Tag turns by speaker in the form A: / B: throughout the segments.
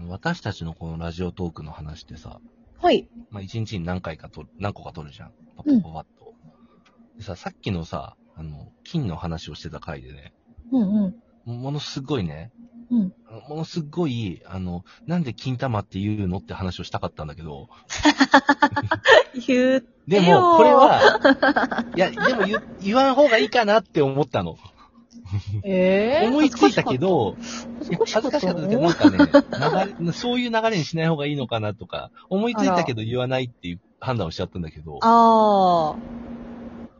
A: の、私たちのこのラジオトークの話ってさ、
B: はい。
A: まあ、一日に何回かとる、何個か撮るじゃん。パパパパッと。でさ、さっきのさ、あの、金の話をしてた回でね、
B: うんうん。
A: ものすごいね、
B: うん
A: ものすごい、あの、なんで金玉って言うのって話をしたかったんだけど、
B: 言う。
A: で
B: えよ
A: も、
B: ー
A: これは、いや、でも言言わん方がいいかなって思ったの。
B: え
A: 思いついたけ、ど、いや恥ず
B: 恥ず
A: か
B: か
A: し
B: し
A: かっ
B: かったた
A: ですけど、
B: の
A: なんかね、流れそういう流れにしない方がいいのかなとか、思いついたけど言わないっていう判断をしちゃったんだけど、
B: あ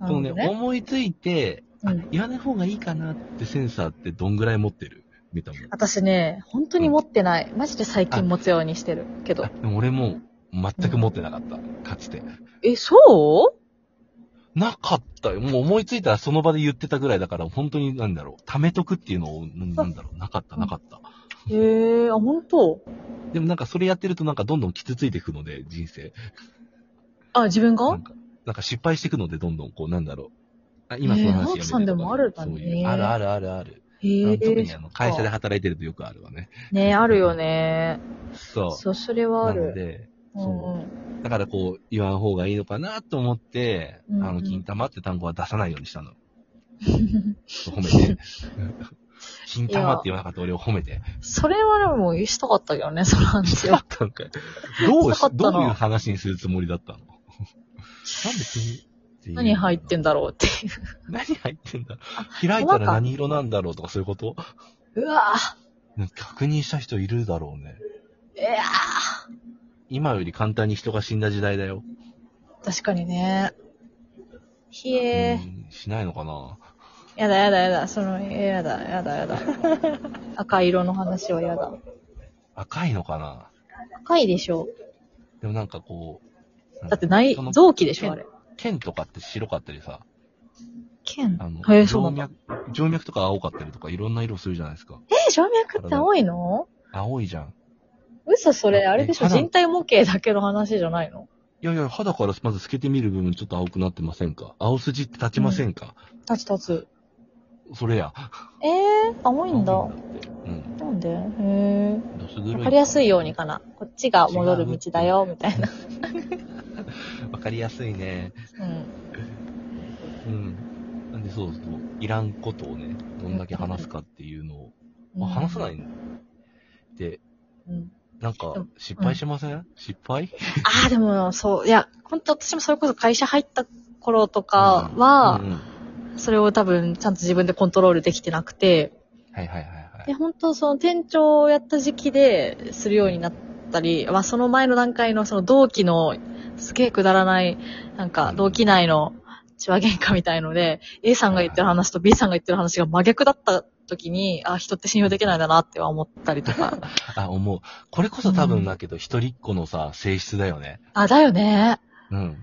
B: あ。
A: このね、
B: なる
A: 思いついて、
B: ほど
A: あ
B: ねうん、
A: 言わない方がいいかなってセンサーってどんぐらい持ってる見たもん。
B: 私ね、本当に持ってない。マジで最近持つようにしてるけど
A: あ。でも俺も全く持ってなかった、かつて。
B: え、そう
A: なかったよ。もう思いついたらその場で言ってたぐらいだから、本当になんだろう、貯めとくっていうのを、ななんだろう、なかった、なかった。
B: へえ、あ、本当
A: でもなんかそれやってるとなんかどんどん傷ついていくので、人生。
B: あ、自分
A: な
B: が
A: んか、なんか失敗していくので、どんどんこう、なんだろう。あ今その話やめて
B: えー直樹さんでもあるんだね
A: そういうあるあるあるある。
B: へ
A: あの
B: え。
A: 特にあの会社で
B: そっか
A: 働いてるとよくあるわね。
B: ね、あるよね。
A: そう。
B: そう、それはあ
A: なの
B: る。
A: で、
B: う
A: そうん
B: うん。
A: だからこう、言わん方がいいのかなと思って、
B: うんうん
A: あの、金玉って単語は出さないようにした の。褒めて。金玉って言わなかった俺を褒めて。
B: それはでもしたかったけどね、その話は。
A: なんかどうし
B: したかっ、
A: ど
B: たな
A: ういう話にするつもりだったのなんで金って言うの
B: 何入ってんだろうってい
A: 何入ってんだ開いたら何色なんだろうとかそういうこと
B: う。うわ
A: なんか確認した人いるだろうね。
B: ぁ、いや
A: 今より簡単に人が死んだ時代だよ。
B: ぁ確かにね。ひえー。
A: うんしないのかな
B: やだやだやだ、その、やだやだ やだ。赤色の話はやだ。
A: 赤いのかな
B: 赤いでしょ。
A: でもなんかこう。
B: だってない
A: その、
B: 臓器でしょ、あれ。
A: 剣とかって白かったりさ、
B: 剣
A: あの、
B: えー、そうな
A: 静
B: んだ。
A: 脈、静脈とか青かったりとかいろんな色するじゃないですか。
B: えー、静脈って青いの
A: 青いじゃん。
B: 嘘それ、あれでしょ、
A: え花
B: 人体模型だけの話じゃないの
A: いやいや、肌からまず透けてみる部分ちょっと青くなってませんか青筋って立ちませんか、
B: 立つ立つ。
A: それや。
B: えー、青いんだ。
A: 青いんだって。うん。
B: なんでへ
A: どすぐ
B: ー。
A: る
B: わかりやすいようにかな。こっちが戻る道だよ、みたいな。
A: わかりやすいね。
B: うん。
A: うん。なんでそうそう。いらんことをね、どんだけ話すかっていうのを。
B: うん
A: まあ、話さないで、
B: うん
A: なんか、失敗しません、失敗
B: ああ、でも、そう、いや、本当私もそれこそ会社入った頃とか は、
A: うんうん
B: それを多分ちゃんと自分でコントロールできてなくて、
A: はいはいはいはい
B: で、。本当その店長をやった時期でするようになったり、まあその前の段階のその同期のすげえくだらない、なんか同期内の血は喧嘩みたいので、A さんが言ってる話と B さんが言ってる話が真逆だった時に、あ、人って信用できないんだなっては思ったりとか。
A: あ、思う。これこそ多分だけど、一人っ子のさ、性質だよね。
B: あ、だよね。
A: うん。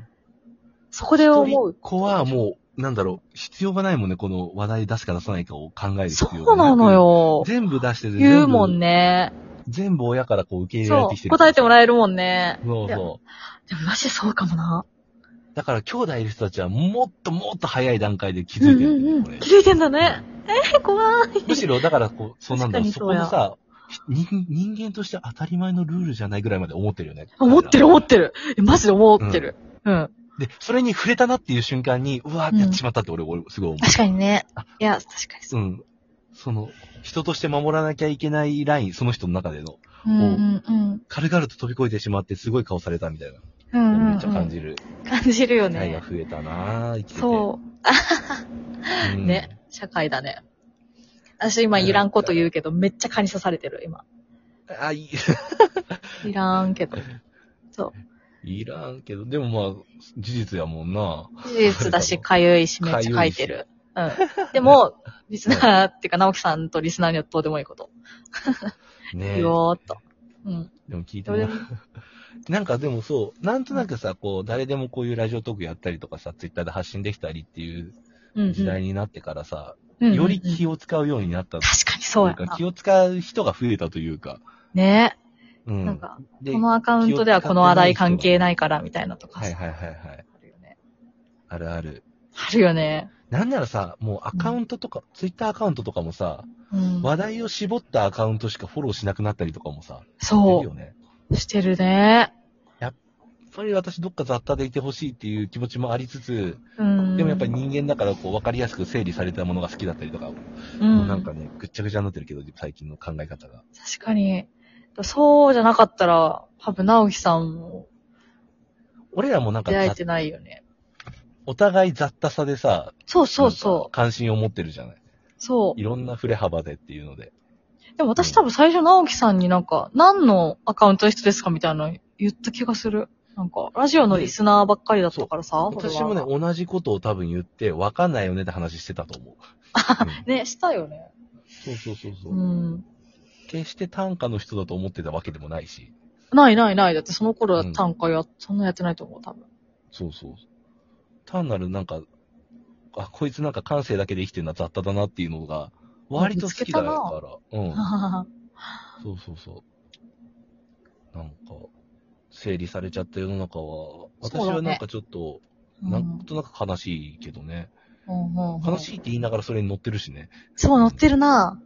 B: そこで思
A: 一人っ
B: う。
A: 子はもう、なんだろう、必要がないもんね、この話題出すか出さないかを考える必
B: そ
A: 要
B: うなの。よ。
A: 全部出してて、
B: 言うもんね。
A: 全部。全部親からこう受け入れられ
B: そ
A: てきて
B: う。
A: る。
B: 答えてもらえるもんね。
A: そう
B: いや
A: そ
B: でもマジでそうかもな。
A: う。だから兄弟いる人たちはもっともっと早い段階で気づいてるんだよね、これ。
B: 気づいてんだね。えー、怖い。
A: むしろ、だからこう、そうなんだろう、そ
B: 確か
A: こ
B: に
A: で
B: そうや
A: さ、人人間として当たり前のルールじゃないぐらいまで思ってるよね。
B: 思ってる思ってる。えマジで思ってる。うん。
A: で、それに触れたなっていう瞬間に、うわーやっちまったって俺、俺、すごい思う。
B: 確かにね
A: あ。
B: いや、確かにそう
A: う。ん。その、人として守らなきゃいけないライン、その人の中での、
B: うんうんうん。
A: 軽々と飛び越えてしまって、すごい顔されたみたいな。
B: うんうん、う
A: め
B: ん。
A: っちゃ感じる。
B: 感じるよ
A: 愛が
B: ね。
A: 増えたなぁ、生きてて。
B: そう。
A: う
B: あ
A: ん
B: ね。。社会だね。私今いらんこと言うけど、めっちゃ蚊に刺されてる、今。
A: あ、い、
B: いらんけど。
A: いらんけど、でもまあ、事実やもんな
B: 事実だし、 かゆいし、めっちゃ
A: か
B: 書
A: ゆい
B: い
A: して
B: る。うん。でも、リスナーっていうか、直樹さんとリスナーにはどうでもいいこと。
A: ね
B: 言おうっと。うん。
A: でも聞いて
B: ど
A: も
B: うで
A: ら
B: も。
A: なんかでもそう、なんとなくさ、こう、誰でもこういうラジオトークやったりとかさ、ツイッターで発信できたりっていう
B: うんうん
A: 時代になってからさ、
B: うんうん
A: より気を使うようになったと
B: 確かにそう
A: い
B: や
A: うか、
B: な
A: 気。を使う人が増えたというか、
B: ね
A: う
B: なん
A: ん。
B: か、
A: で
B: このアカウントではこの話題関係ないからみたいなとか
A: はいはいはいはい。
B: あるよね
A: あるある。
B: あるよね。
A: なんならさ、もうアカウントとか、ツイッターアカウントとかもさ、
B: うん。
A: 話題を絞ったアカウントしかフォローしなくなったりとかもさ、してる
B: そ
A: よね。
B: う。してるね。
A: やっぱり私どっか雑多でいてほしいっていう気持ちもありつつ、
B: うん。
A: でもやっぱり人間だからこう分かりやすく整理されたものが好きだったりとか、
B: う。
A: もうんなんかね、ぐっちゃぐちゃになってるけど、最近の考え方が。
B: 確かに。そうじゃなかったら、多分直樹さんも
A: 俺らもなんか
B: 出会え
A: ざ
B: てないよね。
A: お互い雑多さでさ、
B: そうそう
A: なんか
B: そ
A: 関心を持ってるじゃない。
B: う。そ
A: いろんな触れ幅でっていうので。
B: う。でも私多分最初直樹さんになんか、何のアカウントの人ですかみたいなの言った気がする。なんか、ラジオのリスナーばっかりだったからさ。俺は
A: 私もね、。同じことを多分言って、わかんないよねって話してたと 思う。うん
B: ね、したよね。
A: そうそうそうそうう。
B: ん。
A: 決して短歌の人だと思ってたわけでもないし。
B: ないないない。だってその頃
A: う
B: は
A: ん
B: 短歌や、そんなやってないと思う、多分。
A: そうそう。単なるなんか、あ、こいつなんか感性だけで生きてるのは雑多だなっていうのが、割と好きだから。うん。そうそうそう。なんか、整理されちゃった世の中は、私
B: そうだ
A: は
B: ね
A: なんかちょっと、
B: うん
A: なんとなく悲しいけどね。
B: うんうん
A: 悲しいって言いながらそれに乗ってるしね。
B: そう、乗ってるな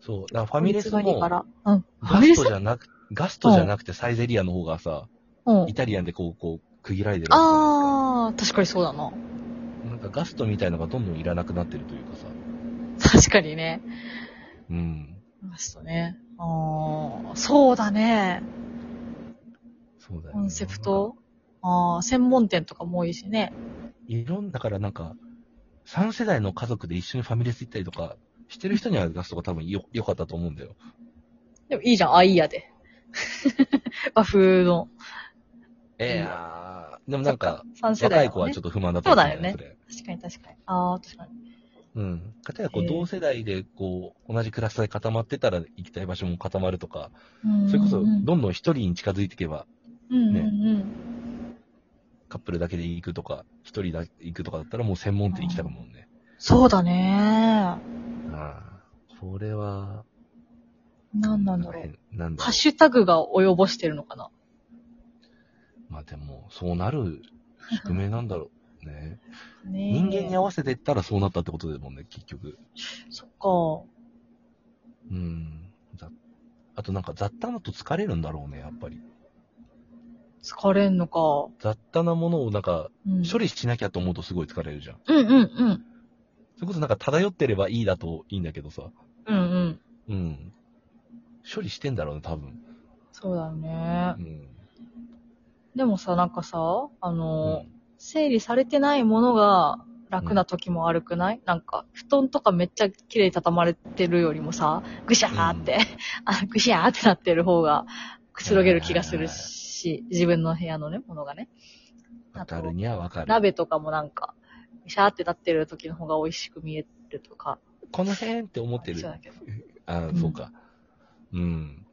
A: そう。だからファミレスも、
B: いつの間にか
A: ガ
B: らうん。ファミレ
A: ス
B: ス
A: トじゃなく、ガストじゃなくてサイゼリアの方がさ、
B: うん
A: イ。タリアンでこう、こう、区切られてるわけじゃないですか
B: あー、確かにそうだな。
A: なんかガストみたいのがどんどんいらなくなってるというかさ。
B: 確かにね。
A: うん。
B: ましたね。ああ、そうだね。
A: そうだよ、ね。
B: コンセプト。ああ、専門店とかも多いしね。
A: いろんだからなんか、3世代の家族で一緒にファミレス行ったりとか、してる人にはガストが多分よ、良かったと思うんだよ。
B: でもいいじゃん、アイヤで。 和風の。
A: ええやーでもなんか、
B: 3世代、
A: 若
B: ね。
A: い子はちょっと不満だったりするんだよ
B: そ
A: ね。
B: 確かに確かに。ああ、確かに。
A: それうん。かたやこう、
B: へー
A: 同世代でこう、同じクラスで固まってたら行きたい場所も固まるとか、
B: うん
A: それこそ、
B: う
A: ど
B: ん
A: んどん一人に近づいていけば、
B: うんうん。
A: カップルだけで行くとか、一人だけ行くとかだったらもう専門店行きたくもんね。
B: そうだね。
A: ああ。これは、
B: なんなんだろう。
A: 変。なんだろ
B: ハ
A: う
B: ッ。シュタグが及ぼしてるのかな。
A: まあでも、そうなる仕組みなんだろ う。ね。
B: ねえ
A: 人間に合わせていったらそうなったってことだもんね、結局。
B: そっか。
A: うん。ざあとなんか雑多なと疲れるんだろうね、やっぱり。
B: 疲れんのか。
A: 雑多なものをなんか、
B: うん。
A: 処理しなきゃと思うとすごい疲れるじゃん。
B: うんうんうん。
A: それこそなんか漂ってればいいだといいんだけどさ。
B: うんうん。
A: うん。処理してんだろうね、多分。
B: そうだね
A: う。ん。
B: でもさ、なんかさ、あの、
A: うん
B: 整理されてないものが楽な時も悪くない、なんか、布団とかめっちゃ綺麗に畳まれてるよりもさ、ぐしゃーって、 あぐしゃーってなってる方がくつろげる気がするし、自分の部屋のね、ものがね。
A: わかるにはわかる。
B: 鍋とかもなんか、ぐしゃーってなってる時の方が美味しく見えるとか。
A: この辺って思ってる
B: そう。だけど。
A: あ
B: うん
A: そうか。うん。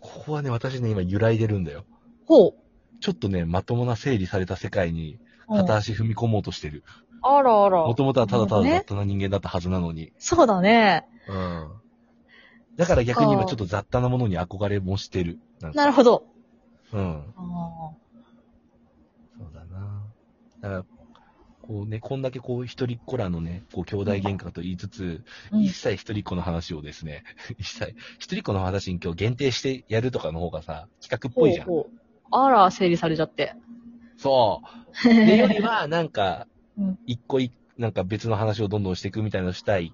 A: ここはね、私ね、今揺らいでるんだよ。
B: ほ
A: ちょっとね、まともな整理された世界に、
B: う。うん
A: 片足踏み込もうとしてる。
B: あらあら。
A: もともとはただただ
B: な
A: 雑
B: る
A: 多な人間だったはずなのに。
B: そうだね。
A: うん。だから逆に今ちょっと雑多なものに憧れもしてる。なんか
B: なるほど。
A: うん。
B: あ
A: そうだな。だから、こうね、こんだけこう一人っ子らのね、こう兄弟喧嘩と言いつつ、
B: ーうん
A: 一切一人っ子の話をですね、 一切一人っ子の話に今日限定してやるとかの方がさ、企画っぽいじゃん。
B: ほうほうあら、整理されちゃって。
A: そう。で、よりは、なんか
B: うん、
A: 一個一、なんか別の話をどんどんしていくみたいなのしたい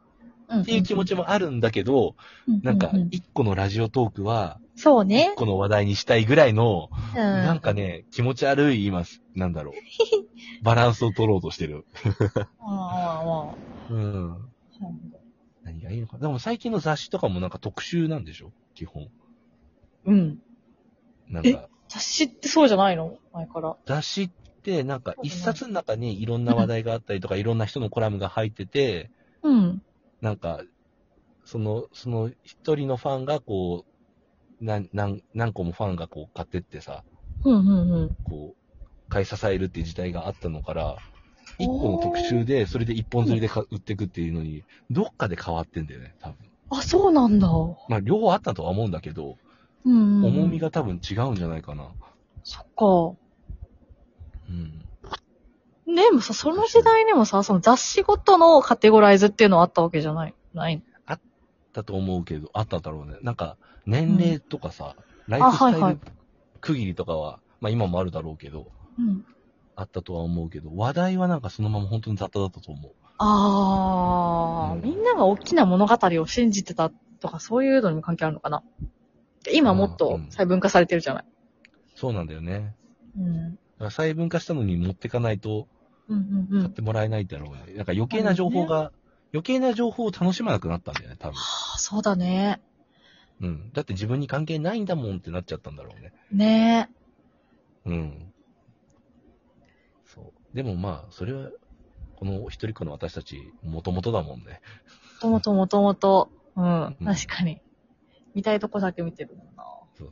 B: っ
A: っていう気持ちもあるんだけど、なんか、一個のラジオトークは、
B: そうね
A: 一。個の話題にしたいぐらいの、
B: うん。
A: なんかね、気持ち悪い今、なんだろう。バランスを取ろうとしてる。
B: うんうんうん
A: うん。何がいいのか。でも最近の雑誌とかもなんか特集なんでしょ基本。
B: うん。
A: なんか、
B: 雑誌ってそうじゃないの前から。
A: 雑誌ってなんか一冊の中にいろんな話題があったりとか、いろんな人のコラムが入ってて、
B: うん。
A: なんか、その、その一人のファンがこう、なん、なん、何個もファンがこう買ってってさ、
B: うんうんうん。
A: こう、買い支えるっていう時代があったのから、一個の特集で、それで一本釣りでか売ってくっていうのに、どっかで変わってんだよね、多分。
B: あ、そうなんだ。
A: まあ、両方あったとは思うんだけど、
B: うん。
A: 重み
B: が。
A: が多分違うんじゃないかな。
B: そっか。
A: うん。
B: でもさ、その時代にもさ、その雑誌ごとのカテゴライズっていうのはあったわけじゃない、ない。
A: だと思うけど、あっただろうね。なんか、年齢とかさ、ライフス
B: あは
A: タ
B: いは
A: イ
B: い
A: ル区切りとかは、まあ今もあるだろうけど、
B: うん。
A: あったとは思うけど、話題はなんかそのまま本当に雑多だったと思う。
B: あー、みんなが大きな物語を信じてたとか、そういうのにも関係あるのかな。で今もっと細分化されてるじゃない。
A: そうなんだよね。
B: う
A: だ
B: ん。
A: から細分化したのに持ってかないと
B: うんうんう
A: 買っ
B: ん。
A: てもらえないだろうね。なんか余計な情報が、余計な情報を楽しまなくなったんだよね、多分。
B: あそうだね。
A: うん。だって自分に関係ないんだもんってなっちゃったんだろうね。
B: ね
A: うん。そう。でもまあ、それは、この一人っ子の私たち、もともとだもんね。
B: え。ともともともと。うん。
A: うん
B: 確かに。見たいとこだけ見てるもんな。
A: そうそう。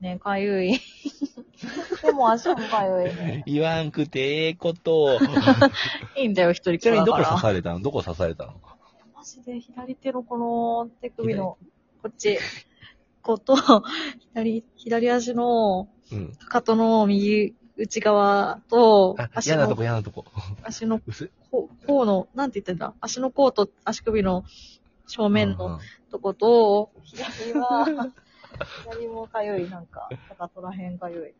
B: ねかゆい。でも足もかゆい。
A: 言わんくてええことを。
B: いいんだよ、一人 っ
A: ちなみ
B: 子だ
A: にどこ
B: か
A: 刺
B: ら。
A: されたのどこ刺されたの
B: マジで左手のこの手首の、こっち、こと、左、左足の、
A: うん。
B: かかとの右内側と
A: あ、、
B: 足
A: 嫌なと
B: の
A: こ、、嫌なとこ。
B: 足の
A: 薄い。
B: 甲甲の、なんて言ってんだ足の甲と足首の正
A: う
B: 面
A: んう
B: の
A: ん
B: とこと、左は、左もかゆい、なんか、かかとらへんかゆい。
A: うん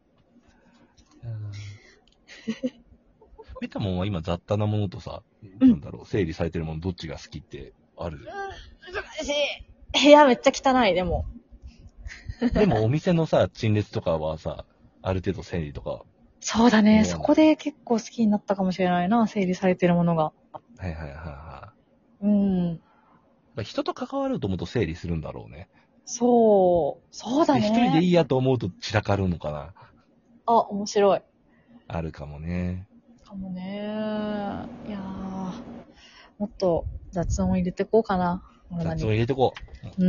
A: メタモンは今雑多なものとさ、
B: うん
A: なんだろう、整理されてるものどっちが好きってある。
B: 難しい。部屋めっちゃ汚い、でも。
A: でもお店の さ、陳列とかはさ、ある程度整理とか、
B: そうだね。
A: そうな
B: そ
A: んだ
B: こで結構好きになったかもしれないな、整理されてるものが。
A: はいはいはいは
B: うん。
A: い。まあ人と関わると思うと整理するんだろうね。
B: そう。そうだ
A: で
B: ね。
A: 一人でいいやと思うと散らかるのかな。
B: あ、面白い。
A: あるかもね。
B: かもね。いやーもっと雑音を入れてこうかな。体
A: 雑
B: に
A: 音入れてこう。